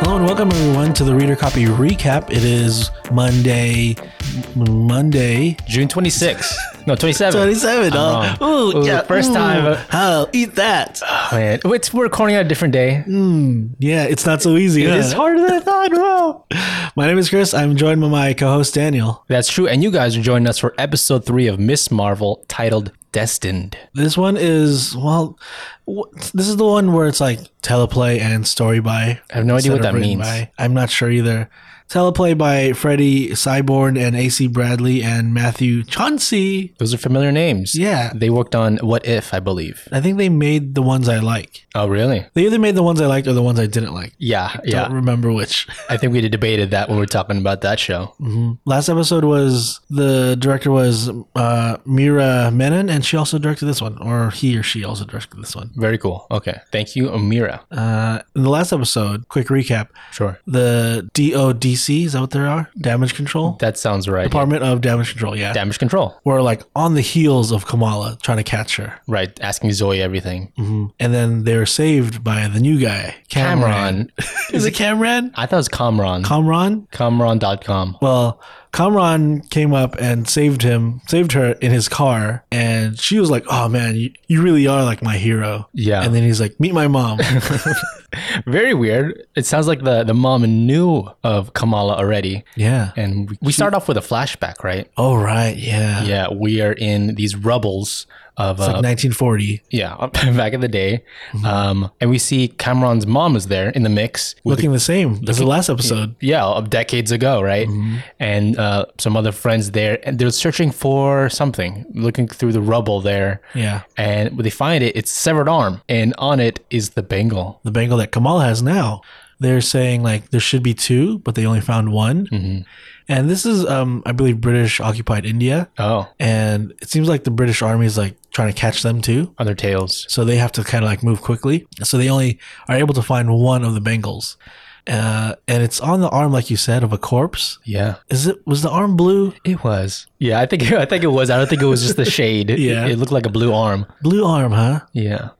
Hello and welcome everyone to the Reader Copy Recap. It is Monday, M- Monday, June 26th. No, 27th. 27. I'm Oh, ooh, Ooh, yeah, first time. Oh, eat that. Oh, man. It's, we're recording on a different day. Yeah, it's not so easy. huh? It is harder than I thought. Wow. My name is Chris. I'm joined by my co-host Daniel. That's true. And you guys are joining us for episode three of Miss Marvel titled Destined. This one is well, w- this is the one where it's like teleplay and story by. I have no idea instead what of that written means. by. I'm not sure either. Teleplay by Freddie Cyborg and AC Bradley and Matthew Chauncey. Those are familiar names. Yeah. They worked on What If, I believe. I think they made the ones I like. Oh, really? They either made the ones I liked or the ones I didn't like. Yeah. Yeah. Don't remember which. I think we debated that when we were talking about that show. Mm-hmm. Last episode was the director was uh, Mira Menon, and she also directed this one, or he or she also directed this one. Very cool. Okay. Thank you, Amira. Uh, in the last episode, quick recap: Sure. the DODC is that what there are? Damage Control That sounds right. Department of Damage Control. Yeah, Damage control. we're like on the heels of Kamala trying to catch her, Right. Asking Zoe everything. and then they're saved by the new guy, Cameron. Cameron. Is it Cameron? I thought it was Comron. Kamran? Comron.com. Well, Kamran came up and saved him, saved her in his car, and she was like, "Oh man, you, you really are like my hero." Yeah. And then he's like, "Meet my mom." Very weird. It sounds like the, the mom knew of Kamala already. yeah. And we, we start off with a flashback, right? Oh right, yeah. Yeah, we are in these rubbles of, uh, Like 1940, yeah, back in the day. Um, and we see Cameron's mom is there in the mix. With looking the same as the last episode. the, yeah, of decades ago, right? And uh, some other friends there. And they're searching for something, looking through the rubble there. Yeah. And when they find it, it's severed arm. And on it is the bangle. The bangle that Kamala has now. They're saying like there should be two, but they only found one. Mm-hmm. And this is, um, I believe, British occupied India, Oh, and it seems like the British army is like trying to catch them too. on their tails. so they have to kind of like move quickly. So they only are able to find one of the Bengals, uh, and it's on the arm, like you said, of a corpse. Yeah. Is it was the arm blue? It was. Yeah, I think I think it was. I don't think it was just the shade. Yeah. It, it looked like a blue arm. Blue arm, huh? Yeah.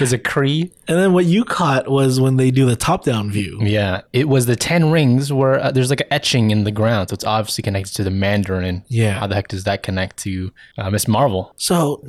Is it Cree? And then what you caught was when they do the top down view. Yeah. It was the 10 rings where uh, there's like an etching in the ground. So it's obviously connected to the Mandarin. And Yeah. How the heck does that connect to uh, Miss Marvel? So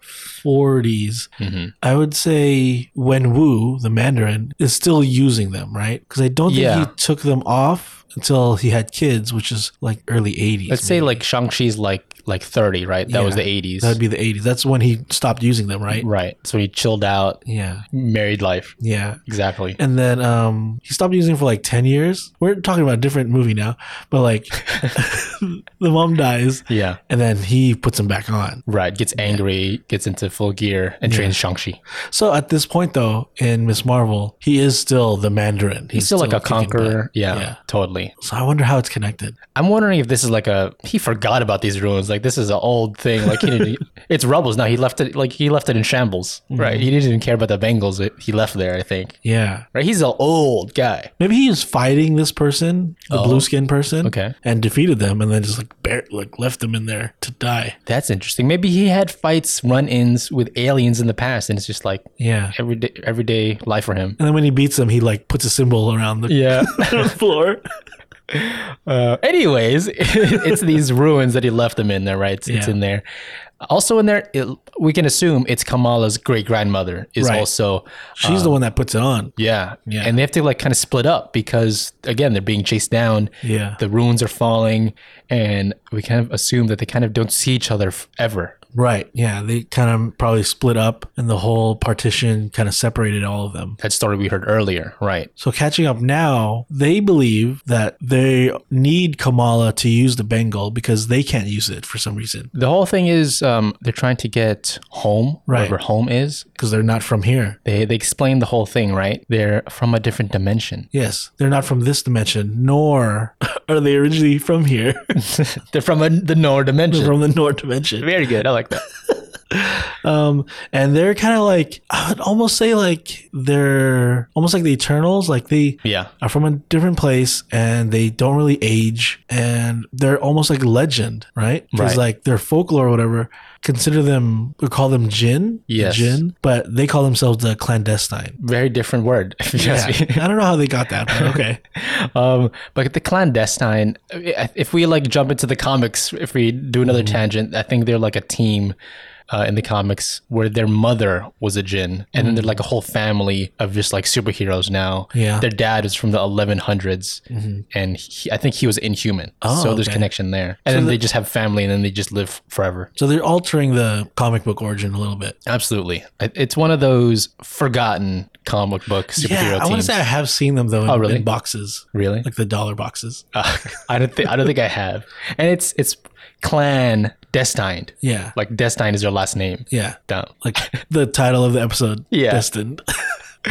1940s, Mm-hmm. I would say when Wu, the Mandarin, is still using them, right? Because I don't think Yeah. he took them off until he had kids, which is like early 80s. Let's say like Shang-Chi's like like 30, right? That was the Yeah. 80s. that would be the 80s. That's when he stopped using them, right? right. So he chilled out, Yeah. married life. Yeah. Exactly. and then um he stopped using it for like 10 years we're talking about a different movie now but like the mom dies Yeah. and then he puts him back on Right. Gets angry, gets into full gear, and trains Shang-Chi. so at this point though in miss marvel he is still the mandarin He's still, like a kicking butt. conqueror. Yeah. yeah. Totally. so i wonder how it's connected I'm wondering if this is like a he forgot about these ruins. Like this is an old thing. Like he didn't, it's rubbles now. He left it like he left it in shambles. Right. He didn't even care about the Bengals. It, he left there. I think. yeah Right. He's an old guy. maybe he was fighting this person the blue skin person Oh. Okay. and defeated them and then just like bare like left them in there to die That's interesting. Maybe he had fights, run-ins with aliens in the past, and it's just like yeah everyday everyday life for him. and then when he beats them he like puts a symbol around the Yeah. floor Uh, anyways, it's these ruins that he left them in there, right? It's, it's Yeah. in there. Also in there, it, we can assume it's Kamala's great grandmother is Right. also she's Uh. the one that puts it on Yeah. Yeah. And they have to like kind of split up because again, they're being chased down. yeah The ruins are falling and we kind of assume that they kind of don't see each other f- ever. Right. Yeah. They kind of probably split up and the whole partition kind of separated all of them. That story we heard earlier, right? So catching up now, they believe that they need Kamala to use the Bengal because they can't use it for some reason The whole thing is um, they're trying to get home, Right. wherever home is. because they're not from here. They, they explain the whole thing, right? They're from a different dimension. Yes, they're not from this dimension, nor are they originally from here, They're from a, the Nor dimension. from the North dimension. Very good. I like that. um, and they're kind of like I would almost say like they're almost like the Eternals. Like they Yeah. are from a different place and they don't really age, and they're almost like legend, right? Because Right. like their folklore or whatever consider them or call them Jin, the Yes. Jin, but they call themselves the clandestine. Very different word. If you ask me. I don't know how they got that, but okay. Um, but the clandestine, if we like jump into the comics, if we do Mm-hmm. another tangent, I think they're like a team uh, in the comics where their mother was a djinn, and then they're like a whole family of just like superheroes now. Mm-hmm. Yeah. Mm-hmm. Their dad is from the 1100s, and he, I think he was inhuman. Oh, so there's okay. connection there. And then they just have family, and then they just live forever. So they're altering the comic book origin a little bit. Absolutely. I- It's one of those forgotten comic book superhero Yeah, I want to teams. say I have seen them though in, Oh, really? in boxes, really? like the dollar boxes. Uh, I don't think I don't think I have. And it's it's clan destined. Yeah, Like destined is their last name. yeah, Down. like the title of the episode, Yeah. Destined.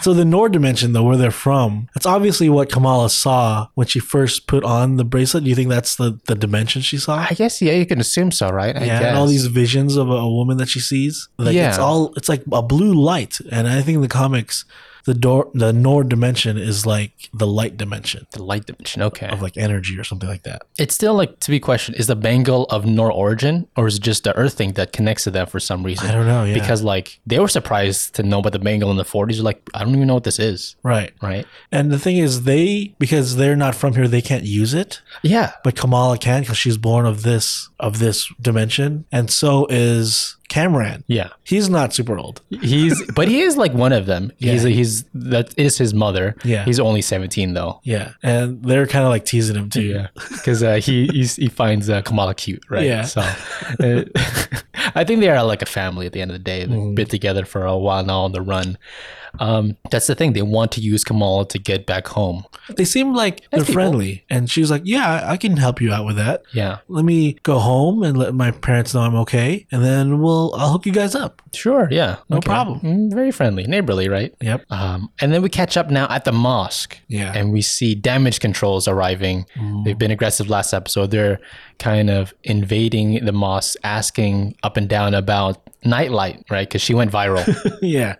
so the Nord dimension though, where they're from, that's obviously what Kamala saw when she first put on the bracelet. Do you think that's the the dimension she saw? I guess yeah, you can assume so, right? I yeah, guess. and all these visions of a, a woman that she sees. Like it's Yeah. all it's like a blue light, and I think in the comics, the door the Nord dimension is like the light dimension the light dimension. Okay. of like energy or something like that. It's still like to be questioned, is the Bengal of Nor origin or is it just the Earth thing that connects to them for some reason? I don't know. Yeah, Because like they were surprised to know about the Bengal in the forties. Like, I don't even know what this is. right. Right? And the thing is, they because they're not from here, they can't use it. Yeah. But Kamala can because she's born of this of this dimension, and so is Camran. Yeah. He's not super old. He's but he is like one of them. He's Yeah. he's that is his mother. Yeah. He's only seventeen though. Yeah, and they're kind of like teasing him too. Yeah, because uh, he he's, he finds uh, Kamala cute, right? Yeah. So uh, I think they are like a family at the end of the day. They've Mm-hmm. been together for a while now on the run. Um, that's the thing. They want to use Kamala to get back home. They seem like they're people. friendly, and she's like, "Yeah, I can help you out with that. Yeah. Let me go home and let my parents know I'm okay, and then we'll I'll hook you guys up." Sure. Yeah. No problem. Mm, very friendly, neighborly, right? Yep. Um, and then we catch up now at the mosque. Yeah. Mm-hmm. And we see damage controls arriving. They've been aggressive last episode. They're kind of invading the mosque, asking up and down about nightlight, right? Because she went viral. yeah.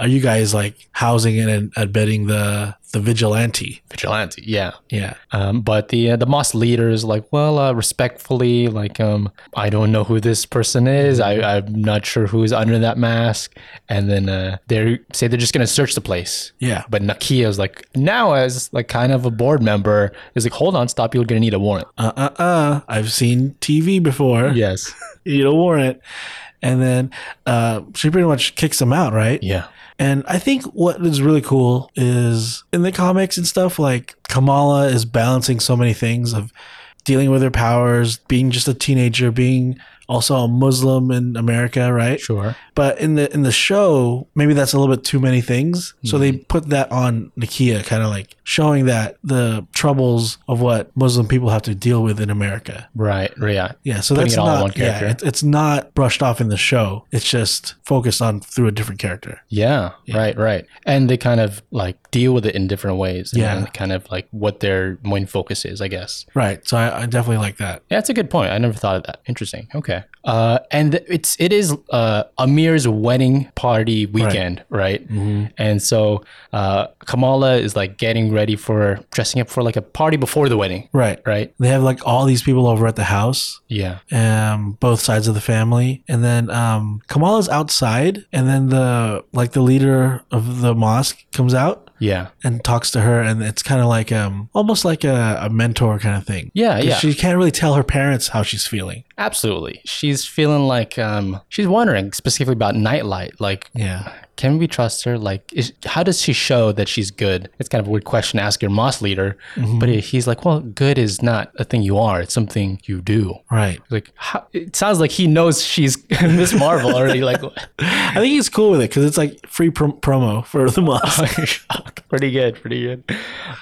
Are you guys like housing and abetting the the vigilante? vigilante. Yeah. Yeah. Um, but the uh, the mosque leader is like, well, uh, respectfully, like, um, I don't know who this person is. I, I'm not sure who is under that mask. And then uh, they say they're just gonna search the place. Yeah. But Nakia is like, now as like kind of a board member, is like, hold on, stop. You're gonna need a warrant. uh uh uh I've seen TV before. Yes. You don't warrant. And then uh she pretty much kicks him out, right? Yeah. And I think what is really cool is in the comics and stuff, like Kamala is balancing so many things of dealing with her powers, being just a teenager, being also a Muslim in America, right? Sure. But in the in the show, maybe that's a little bit too many things. So they Mm-hmm. put that on Nakia, kind of like showing that the troubles of what Muslim people have to deal with in America. Right. Yeah. Yeah, so Putting that's it all in not one character. yeah, it's, it's not brushed off in the show. It's just focused on through a different character. Yeah, right, right. And they kind of like deal with it in different ways. Yeah. And kind of like what their main focus is, I guess. Right. So I, I definitely like that. Yeah, that's a good point. I never thought of that. Interesting. Okay. Uh, and it's it is uh, Amir's wedding party weekend, right? Mm-hmm. Mm-hmm. And so uh, Kamala is like getting ready for dressing up for like a party before the wedding, Right. right? They have like all these people over at the house, Yeah. um, both sides of the family, and then um, Kamala's outside, and then the like the leader of the mosque comes out Yeah. and talks to her, and it's kind of like um, almost like a, a mentor kind of thing. Yeah, 'Cause yeah. She can't really tell her parents how she's feeling. Absolutely. She's feeling like um, she's wondering specifically about Nightlight. Like, Yeah. can we trust her? Like, is, how does she show that she's good? It's kind of a weird question to ask your Moss leader, but he's like, well, good is not a thing you are; it's something you do. Right. Like, how, it sounds like he knows she's Miss Marvel already. Like, I think he's cool with it because it's like free prom- promo for the mosque. pretty good, pretty good.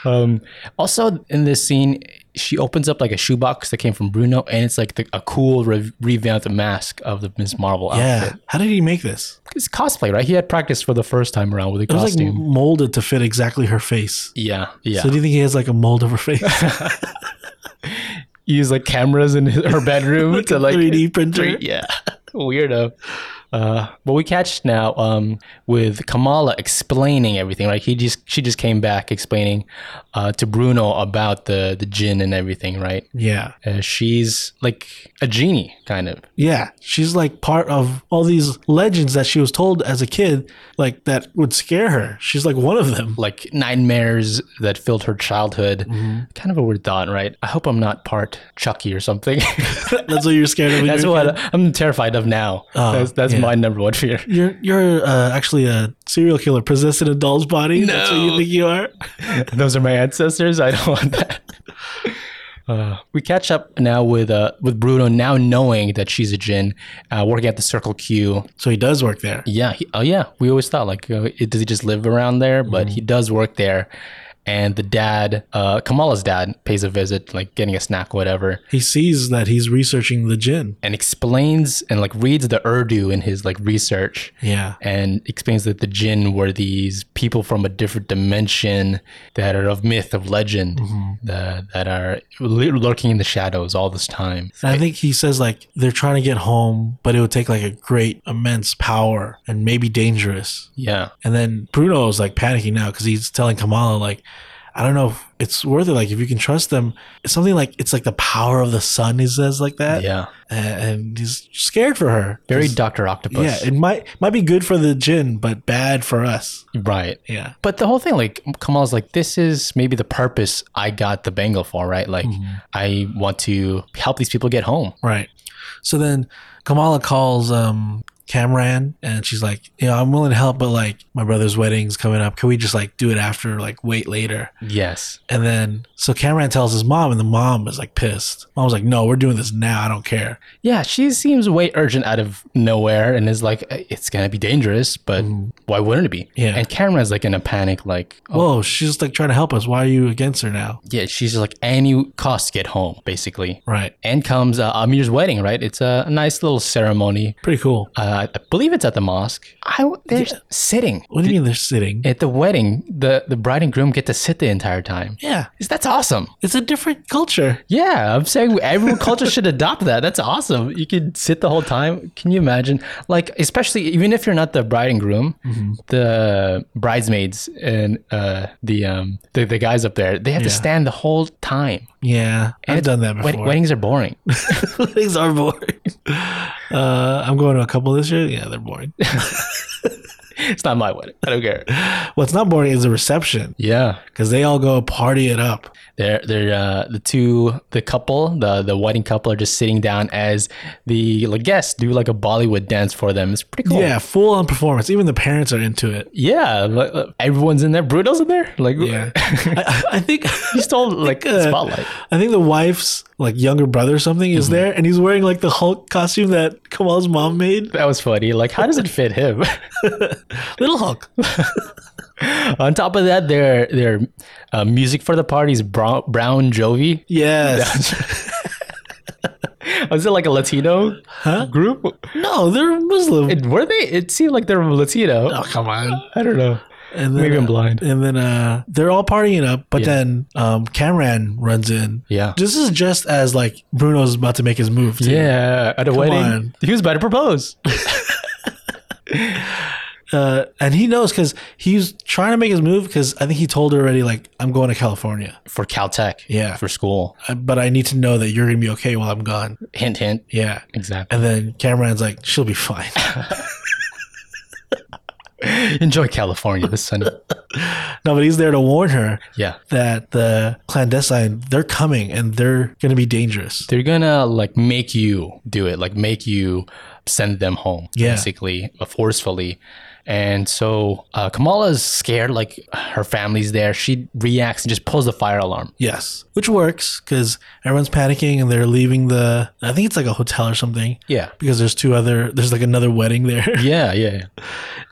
Um, also, in this scene, she opens up like a shoebox that came from Bruno, and it's like the, a cool re- revamped mask of the Miss Marvel yeah. outfit. How did he make this? It's cosplay, right? He had practice for the first time around with the It was like costume. molded to fit exactly her face. yeah, yeah. So do you think he has like a mold of her face? use like cameras in his- her bedroom to like 3D printer? yeah weirdo. Uh, but we catch now um, with Kamala explaining everything. Like he just she just came back explaining uh, to Bruno about the the gin and everything, right? Yeah. Uh, she's like a genie, kind of. Yeah, she's like part of all these legends that she was told as a kid, like that would scare her. She's like one of them. like nightmares that filled her childhood. Mm-hmm. Kind of a weird thought, right? I hope I'm not part Chucky or something. That's what you're scared of. when that's you're a what I'm terrified of now. Oh, that's that's yeah. my number one fear. kid. You're you're uh, actually a serial killer possessed in a doll's body. That's what you think you are. Those are my ancestors. I don't want that. Uh, we catch up now with uh, with Bruno now knowing that she's a Jin, uh, working at the Circle Q. So he does work there. Yeah, he, oh yeah. We always thought like, uh, it- does he just live around there? But he does work there, and the dad, uh, Kamala's dad, pays a visit, like getting a snack, whatever. He sees that he's researching the gin. and explains and like reads the Urdu in his like research Yeah. and explains that the jinn were these people from a different dimension that are of myth of legend Mm-hmm. that, that are lur- lurking in the shadows all this time And I think he says like they're trying to get home, but it would take like a great, immense power and maybe dangerous. yeah And then Bruno is like panicking now because he's telling Kamala like, I don't know if it's worth it. Like if you can trust them, it's something like it's like the power of the sun. He says like that, yeah and, and he's scared for her. very 'Cause- dr Yeah, octopus it might might be good for the gin, but bad for us. right Yeah, But the whole thing, like Kamal's like, this is maybe the purpose I got the bangle for, right? Like, Mm-hmm. I want to help these people get home. right. So then Kamala calls um Camran, and she's like, "You know, I'm willing to help, but like my brother's wedding's coming up. Can we just like do it after? Like wait later." Yes. And then, so Cameron tells his mom, and the mom is like pissed. Mom's like, "No, we're doing this now. I don't care." Yeah, she seems way urgent out of nowhere and is like, "Uh, it's going to be dangerous, but why wouldn't it be? Mm-hmm. Yeah. And Cameron's like in a panic, like, oh, Whoa, she's just like trying to help us. Why are you against her now? yeah, she's like, any cost, get home, basically. Right. And comes uh, Amir's wedding, right? It's a nice little ceremony. Pretty cool. Uh, I believe it's at the mosque. I, they're sitting. What do you mean they're sitting? At the wedding, the, the bride and groom get to sit the entire time. yeah, Is- That's awesome. it's a different culture. Yeah, I'm saying every culture should adopt that. That's awesome. You could sit the whole time. Can you imagine? Like, especially even if you're not the bride and groom, the bridesmaids and uh, the um the, the guys up there, they have to Yeah. stand the whole time. Yeah, I've done that Wed- before. weddings are boring. Weddings are boring. Uh, I'm going to a couple this year. Yeah, they're boring. it's not my wedding. I don't care. What's not boring is the reception Yeah, because they all go party it up. they're they're uh, the two the couple the the wedding couple are just sitting down as the like, guests do like a Bollywood dance for them. It's pretty cool. Yeah, full on performance. Even the parents are into it. Yeah, like, uh, everyone's in there. Bruno's in there. Like, Yeah, I, I I think. He stole like uh, spotlight. I think the wife's like younger brother or something Mm-hmm. is there, and he's wearing like the Hulk costume that Kamal's mom made. That was funny. Like, how does it fit him? Little Hulk. On top of that, their their uh, music for the party is Brown, Brown Jovi. Yes. Was it like a Latino group? no, they're Muslim. It, were they? It seemed like they were Latino. oh come on. I don't know. And then, Maybe I'm uh, blind. And then uh, they're all partying up, but then um, Cameron runs in. Yeah. This is just as like Bruno's about to make his move. Too. Yeah, at a wedding, on. he was about to propose. Uh, and he knows because he's trying to make his move because I think he told her already like I'm going to California, for Caltech. Yeah. for school. I- but I need to know that you're gonna be okay while I'm gone. Hint, hint. Yeah. Exactly. And then Cameron's like, she'll be fine. Enjoy California this Sunday. No, but he's there to warn her Yeah. that the clandestine they're coming and they're going to be dangerous. they're gonna like make you do it like make you send them home Yeah. basically uh, forcefully and so uh, kamala's scared like her family's there she reacts and just pulls the fire alarm Yes, which works because everyone's panicking and they're leaving the. I think it's like a hotel or something. yeah Because there's two other, there's like another wedding there, yeah yeah yeah.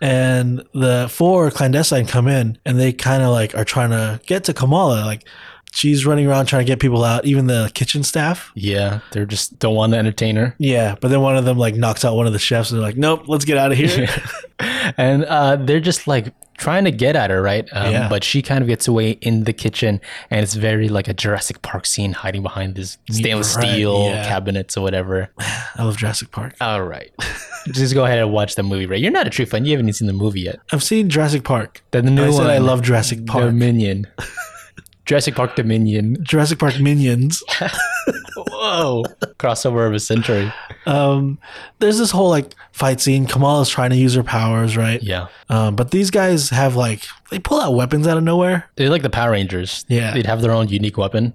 and the four clandestine come in and they kind of like are trying to get to Kamala, like she's running around trying to get people out, even the kitchen staff. Yeah, they're just don't want to entertain her. Yeah, but then one of them like knocks out one of the chefs and they're like, "Nope, let's get out of here." and uh, they're just like trying to get at her, right? Um, Yeah. But she kind of gets away in the kitchen, and it's very like a Jurassic Park scene, hiding behind this stainless Right, steel yeah. cabinets or whatever. I love Jurassic Park. All right, just go ahead and watch the movie, right? You're not a true fan. You haven't even seen the movie yet. I've seen Jurassic Park. The new I said I one. love Jurassic Park. Dominion, Jurassic Park Dominion. Jurassic Park minions. Whoa, crossover of a century. Um, there's this whole like fight scene. Kamala's trying to use her powers, right? Yeah, Um, but these guys have like they pull out weapons out of nowhere. they're like the Power Rangers. Yeah. they'd have their own unique weapon.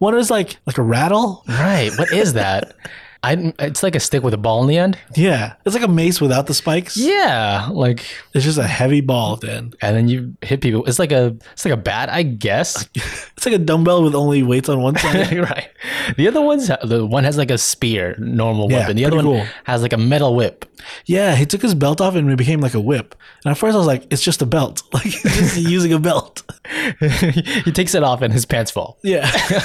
One is like like a rattle. Right. What is that? I, it's like a stick with a ball in the end. Yeah, it's like a mace without the spikes. Yeah, like It's just a heavy ball. Then and then you hit people. It's like a it's like a bat, I guess. it's like a dumbbell with only weights on one side. right. The other ones, the one has like a spear, normal Yeah, weapon. The other pretty one cool. has like a metal whip. yeah, he took his belt off and it became like a whip. And at first I was like, it's just a belt. Like he's just using a belt. he takes it off and his pants fall. Yeah.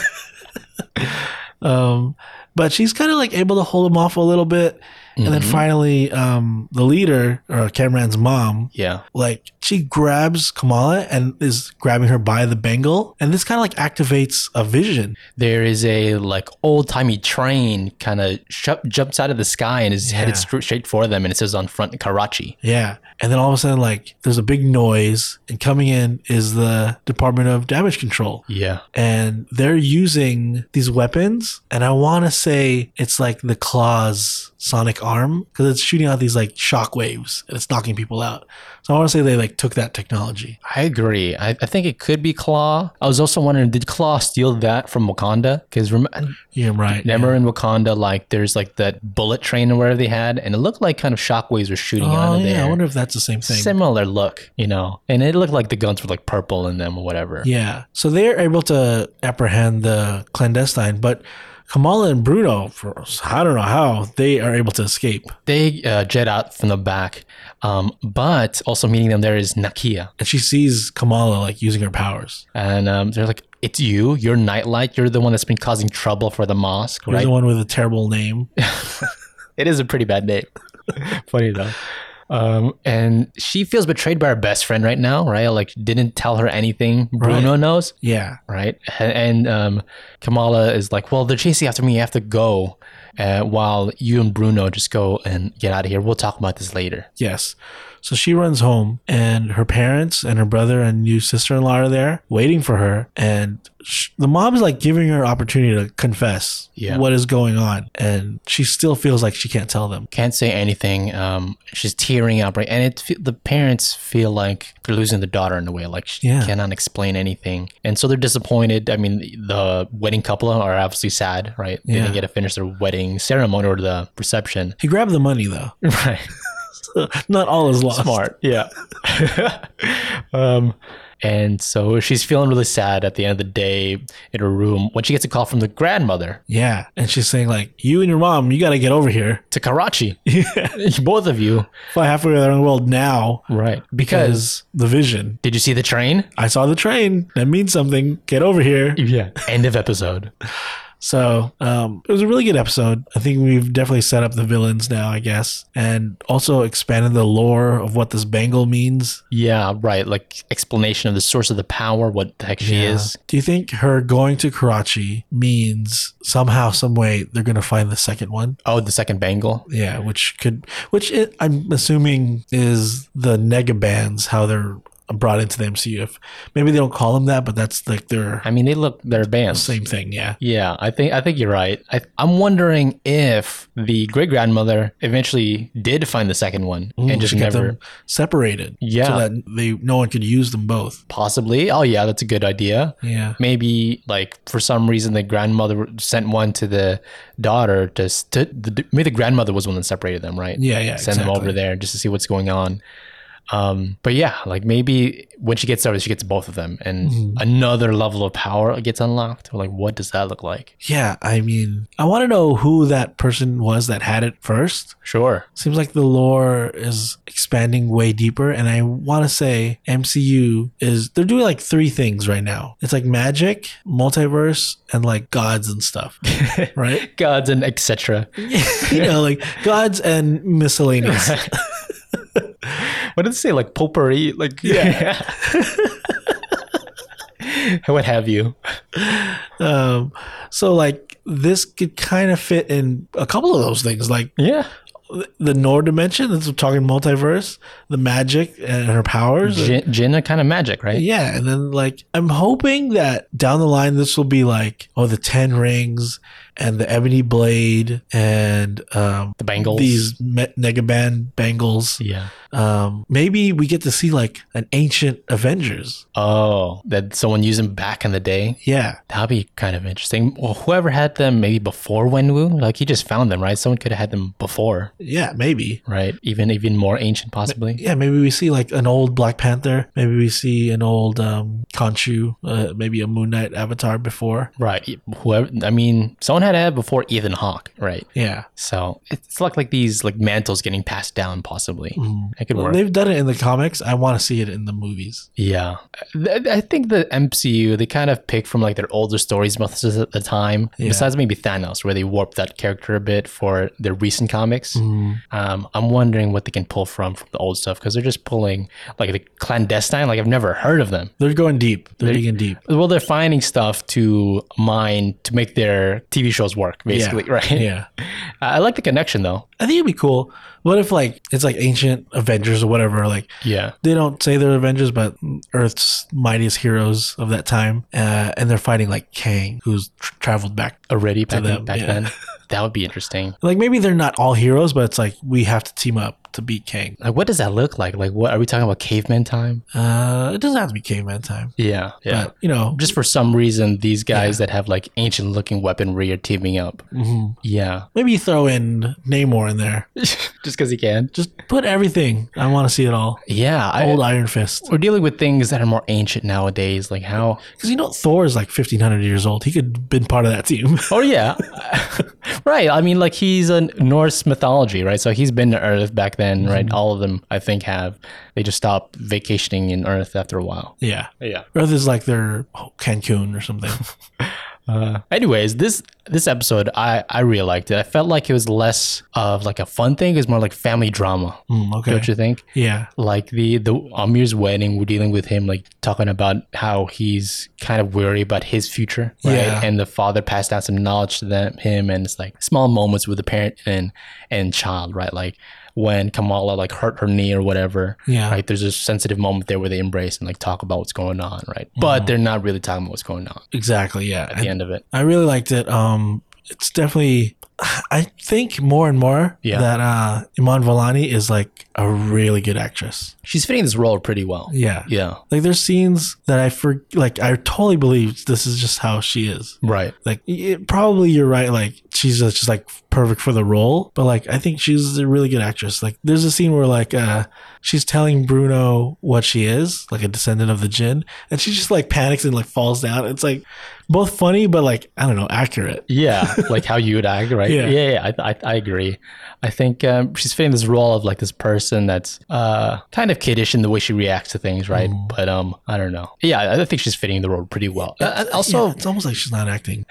um, but she's kind of like able to hold him off a little bit, and Mm-hmm. then finally, um, the leader or Cameron's mom, Yeah. like she grabs Kamala and is grabbing her by the bangle, and this kind of like activates a vision. There is a like old timey train kind of sh- jumps out of the sky and is headed Yeah. str- straight for them, and it says on front Karachi. Yeah, and then all of a sudden, like there's a big noise, and coming in is the Department of Damage Control. Yeah. and they're using these weapons and i want to say it's like the claws sonic arm because it's shooting out these like shock waves and it's knocking people out so i want to say they like took that technology I agree. I, I think it could be Claw. I was also wondering, did Claw steal that from Wakanda? Because rem- yeah right Remember in Wakanda, like there's like that bullet train or whatever they had, and it looked like kind of shockwaves were shooting out oh of yeah there. i wonder if that's the same thing Similar look, you know, and it looked like the guns were like purple in them or whatever. yeah so they're able to apprehend the clandestine but kamala and bruno for i don't know how they are able to escape They uh, jet out from the back, um, but also meeting them there is Nakia, and she sees kamala like using her powers and um, they're like, "It's you. You're Nightlight. You're the one that's been causing trouble for the mosque, You're right?" the one with a terrible name It is a pretty bad name. Funny though. Um, and she feels betrayed by her best friend right now, right? Like didn't tell her anything. Bruno knows. yeah right? And um, Kamala is like, "Well, they're chasing after me. I have to go." Uh, while you and Bruno just go and get out of here. We'll talk about this later. Yes. So she runs home, and her parents and her brother and new sister in law are there waiting for her. And sh- the mom is like giving her opportunity to confess Yeah. what is going on, and she still feels like she can't tell them. Can't say anything. Um, she's tearing up, right? And it fe- the parents feel like they're losing the daughter in a way. Like she Yeah. cannot explain anything, and so they're disappointed. I mean, the wedding couple are obviously sad, right? They Yeah. didn't get to finish their wedding ceremony or the reception, He grabbed the money though. right? Not all is lost. smart yeah um and so she's feeling really sad at the end of the day in her room when she gets a call from the grandmother Yeah. And she's saying like, "You and your mom, you got to get over here. to karachi both of you Fly halfway around the world now." right Because because the vision, did you see the train I saw the train. That means something. Get over here. yeah end of episode So um, it was a really good episode. I think we've definitely set up the villains now, I guess, and also expanded the lore of what this bangle means. yeah right like explanation of the source of the power what the heck she is Do you think her going to Karachi means somehow, some way, they're going to find the second one? oh the second bangle Yeah, which could, which it, I'm assuming is the negabands how they're brought into the MCU. If maybe they don't call them that, but that's like their i mean they look they're bands same thing. Yeah. Yeah, I think I think you're right. I, I'm wondering if the great grandmother eventually did find the second one and just She kept never them separated. Yeah. So that they no one could use them both. Possibly. Oh, yeah, that's a good idea. Yeah. Maybe, like, for some reason, the grandmother sent one to the daughter to, s- to the, maybe the grandmother was the one that separated them, right? Yeah, yeah, Mm-hmm. Send them exactly. over there just to see what's going on. Um, but yeah, like maybe when she gets started, she gets both of them, and another level of power gets unlocked. Like, what does that look like? Yeah, I mean, I want to know who that person was that had it first. Sure. Seems like the lore is expanding way deeper, and I want to say MCU is they're doing like three things right now. It's like magic, multiverse, and like gods and stuff, right? Gods and etc. you know, like gods and miscellaneous. What did it say? Like potpourri? Like yeah. what have you? Um, so like this could kind of fit in a couple of those things, like Yeah. the Nor dimension. That's talking multiverse, the magic and her powers. Jin, Jin are kind of magic, right? Yeah, and then like I'm hoping that down the line this will be like oh the ten rings and the ebony blade and um, The bangles. these me- negaband bangles. Yeah. Um, maybe we get to see like an ancient Avengers. Oh, that someone used them back in the day. Yeah, That'd be kind of interesting. Well, whoever had them maybe before Wenwu, like he just found them, right? Someone could have had them before, yeah, maybe. right? Even even more ancient, possibly. Yeah, maybe we see like an old Black Panther. Maybe we see an old um, Khonshu. Uh, maybe a Moon Knight avatar before. Right. Whoever. I mean, someone had to have before Ethan Hawke, right? Yeah, So it's like like these like mantles getting passed down, possibly. It Mm-hmm. could work. they've done it in the comics. I want to see it in the movies. Yeah, Th- I think the MCU they kind of pick from like their older stories most of the time. Besides maybe Thanos, where they warped that character a bit for their recent comics. Um, I'm wondering what they can pull from from the old stuff because they're just pulling like the clandestine. Like I've never heard of them. They're going deep. They're digging deep. Well, they're finding stuff to mine to make their TV shows work, basically, right? Yeah. I like the connection though. I think it'd be cool. What if like it's like ancient Avengers or whatever? Like Yeah. they don't say they're Avengers, but Earth's mightiest heroes of that time, uh, and they're fighting like Kang, who's tr- traveled back. Already back, them, back yeah. then, that would be interesting. Like maybe they're not all heroes, but it's like we have to team up to beat Kang. Like, what does that look like? Like, what are we talking about? Caveman time? Uh, it doesn't have to be caveman time, Yeah. Yeah. but you know, just for some reason these guys that have like ancient looking weaponry are teaming up yeah maybe you throw in Namor in there. just because he can Just put everything. I want to see it all. yeah I, Old Iron Fist, we're dealing with things that are more ancient nowadays like how because you know Thor is like fifteen hundred years old. He could have been part of that team. oh yeah right i mean like he's a norse mythology right so he's been to earth back then right all of them i think have they just stopped vacationing in earth after a while yeah, yeah Earth is like their Cancun or something. Uh, anyways, this this episode I I really liked it. I felt like it was less of like a fun thing. It was more like family drama. Mm, okay. Don't you think? Yeah. like the the Amir's wedding, we're dealing with him like talking about how he's kind of worried about his future, right? Yeah. And the father passed down some knowledge to them, him, and it's like small moments with the parent and and child, right? Like when Kamala like hurt her knee or whatever, Yeah. right? There's a sensitive moment there where they embrace and like talk about what's going on, right? But they're not really talking about what's going on Exactly. Yeah. at the Mm-hmm. I, end of it. I really liked it. Um, it's definitely. I think more and more Yeah. that uh, Iman Vellani is like a really good actress. She's fitting this role pretty well. Yeah. Yeah. Like there's scenes that I for like I totally believe this is just how she is. Right. Like it, probably you're right. Like she's just, just like perfect for the role, but like I think she's a really good actress. Like there's a scene where like uh she's telling Bruno what she is, like a descendant of the Jinn, and she just like panics and like falls down. It's like both funny, but like I don't know, accurate. Yeah, like how you would act, right? Yeah. Yeah, yeah, I, I, I agree. I think um, she's fitting this role of like this person that's uh, kind of kiddish in the way she reacts to things, right? But um, I don't know. Yeah, I- I think she's fitting the role pretty well. Uh, uh, So also, it's almost like she's not acting.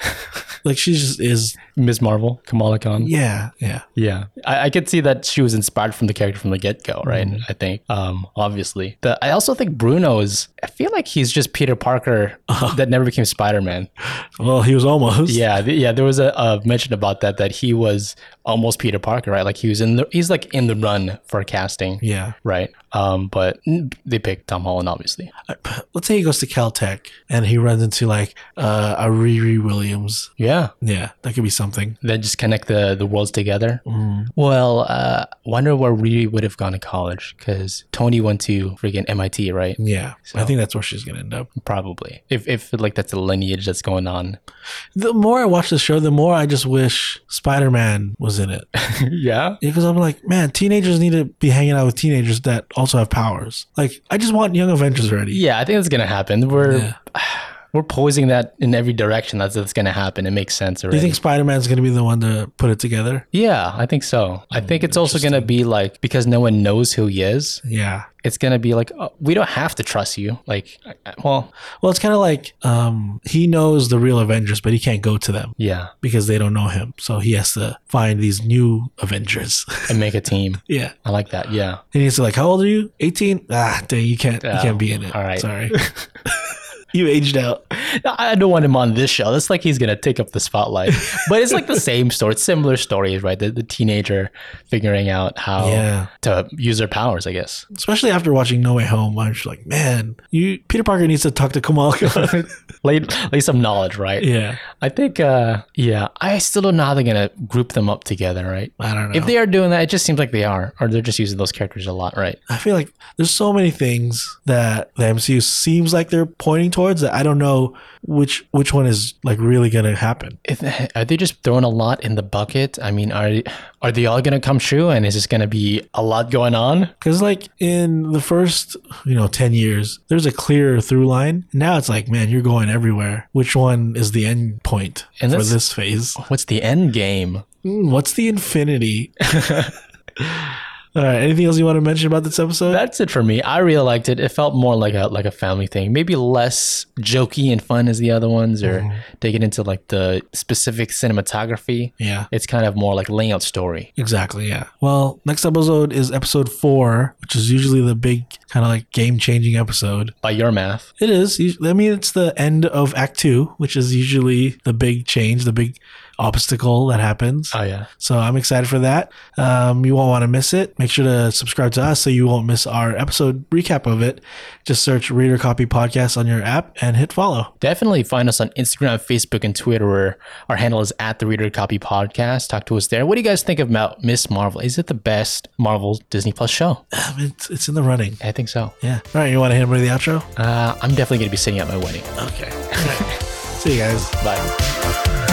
like she just is. Ms. Marvel, Kamala Khan. Yeah, Yeah, yeah, I, I could see that she was inspired from the character from the get go, right? I think, um, obviously. The, I also think Bruno is. I feel like he's just Peter Parker that never became Spider Man. Well, he was almost. Yeah, th- yeah. There was a, a mention about that that he was almost Peter Parker, right? Like he was in the he's like in the run for casting, yeah. right? Um, but mm, they picked Tom Holland, obviously. I- Uh, Let's say he goes to Caltech and he runs into like uh, a Riri Williams. Yeah, Yeah, that could be something. Mm. then just connect the the worlds together. Well, uh, wonder where Riri would have gone to college because Tony went to freaking MIT, right? Yeah, I think that's where she's gonna end up. Probably. If if like that's a lineage that's going on. The more I watch the show, the more I just wish Spider Man was in it. yeah. Because I'm like, man, teenagers need to be hanging out with teenagers that also have powers. Like I just want Young Avengers already. Yeah, I think that's gonna happen. We're we're posing that in every direction. That's that's gonna happen. It makes sense Do already. you think Spider Man's gonna be the one to put it together? yeah, I think so. I Hmm, think it's also gonna be like because no one knows who he is. Yeah. It's gonna be like oh, we don't have to trust you. Like, I- I- well, Well, it's kind of like um, he knows the real Avengers, but he can't go to them yeah, because they don't know him. So he has to find these new Avengers. and make a team. yeah. I like that. Yeah. And he's like, "How old are you? 18? Ah, dang, you can't, you Oh, can't be in it. all right. sorry, you aged out. I I don't want him on this show. That's like he's gonna take up the spotlight. But it's like the same story, it's similar stories, right? The, the teenager figuring out how Yeah, to use their powers, I guess. especially after watching No Way Home, I'm just like, man, you Peter Parker needs to talk to Kamal. Khan." Lay, lay some knowledge, right? yeah, I think, uh, yeah, I still don't know how they're gonna group them up together, right? I don't know. If they are doing that, it just seems like they are, or they're just using those characters a lot, right? I feel like there's so many things that the MCU seems like they're pointing towards that I don't know which which one is like really gonna happen. If, are they just throwing a lot in the bucket? I mean, are are they all gonna come true? And is this gonna be a lot going on? Because like in the first you know ten years, there's a clear through line. Now it's like, man, you're going everywhere. Which one is the end point And for that's- this phase? What's the end game? Mm, what's the infinity? All right. Anything else you want to mention about this episode? That's it for me. I really liked it. It felt more like a like a family thing. Maybe less jokey and fun as the other ones, or digging into like the specific cinematography. yeah. It's kind of more like layout story. Exactly. Yeah. Well, next episode is episode four, which is usually the big kind of like game changing episode. By your math, It is. Us- I mean, it's the end of Act Two, which is usually the big change, the big obstacle that happens. oh yeah, So I'm excited for that. Um, you won't want to miss it. Make sure to subscribe to us so you won't miss our episode recap of it. Just search Reader Copy Podcast on your app and hit follow. definitely find us on Instagram, Facebook, and Twitter. Where our handle is at the Reader Copy Podcast. Talk to us there. What do you guys think about Miss Marvel? Is it the best Marvel Disney Plus show? It's, it's in the running. I think so. Yeah. All right. You want to hit him with the outro? Uh, I'm definitely gonna be sitting at my wedding. Okay. See you guys. Bye.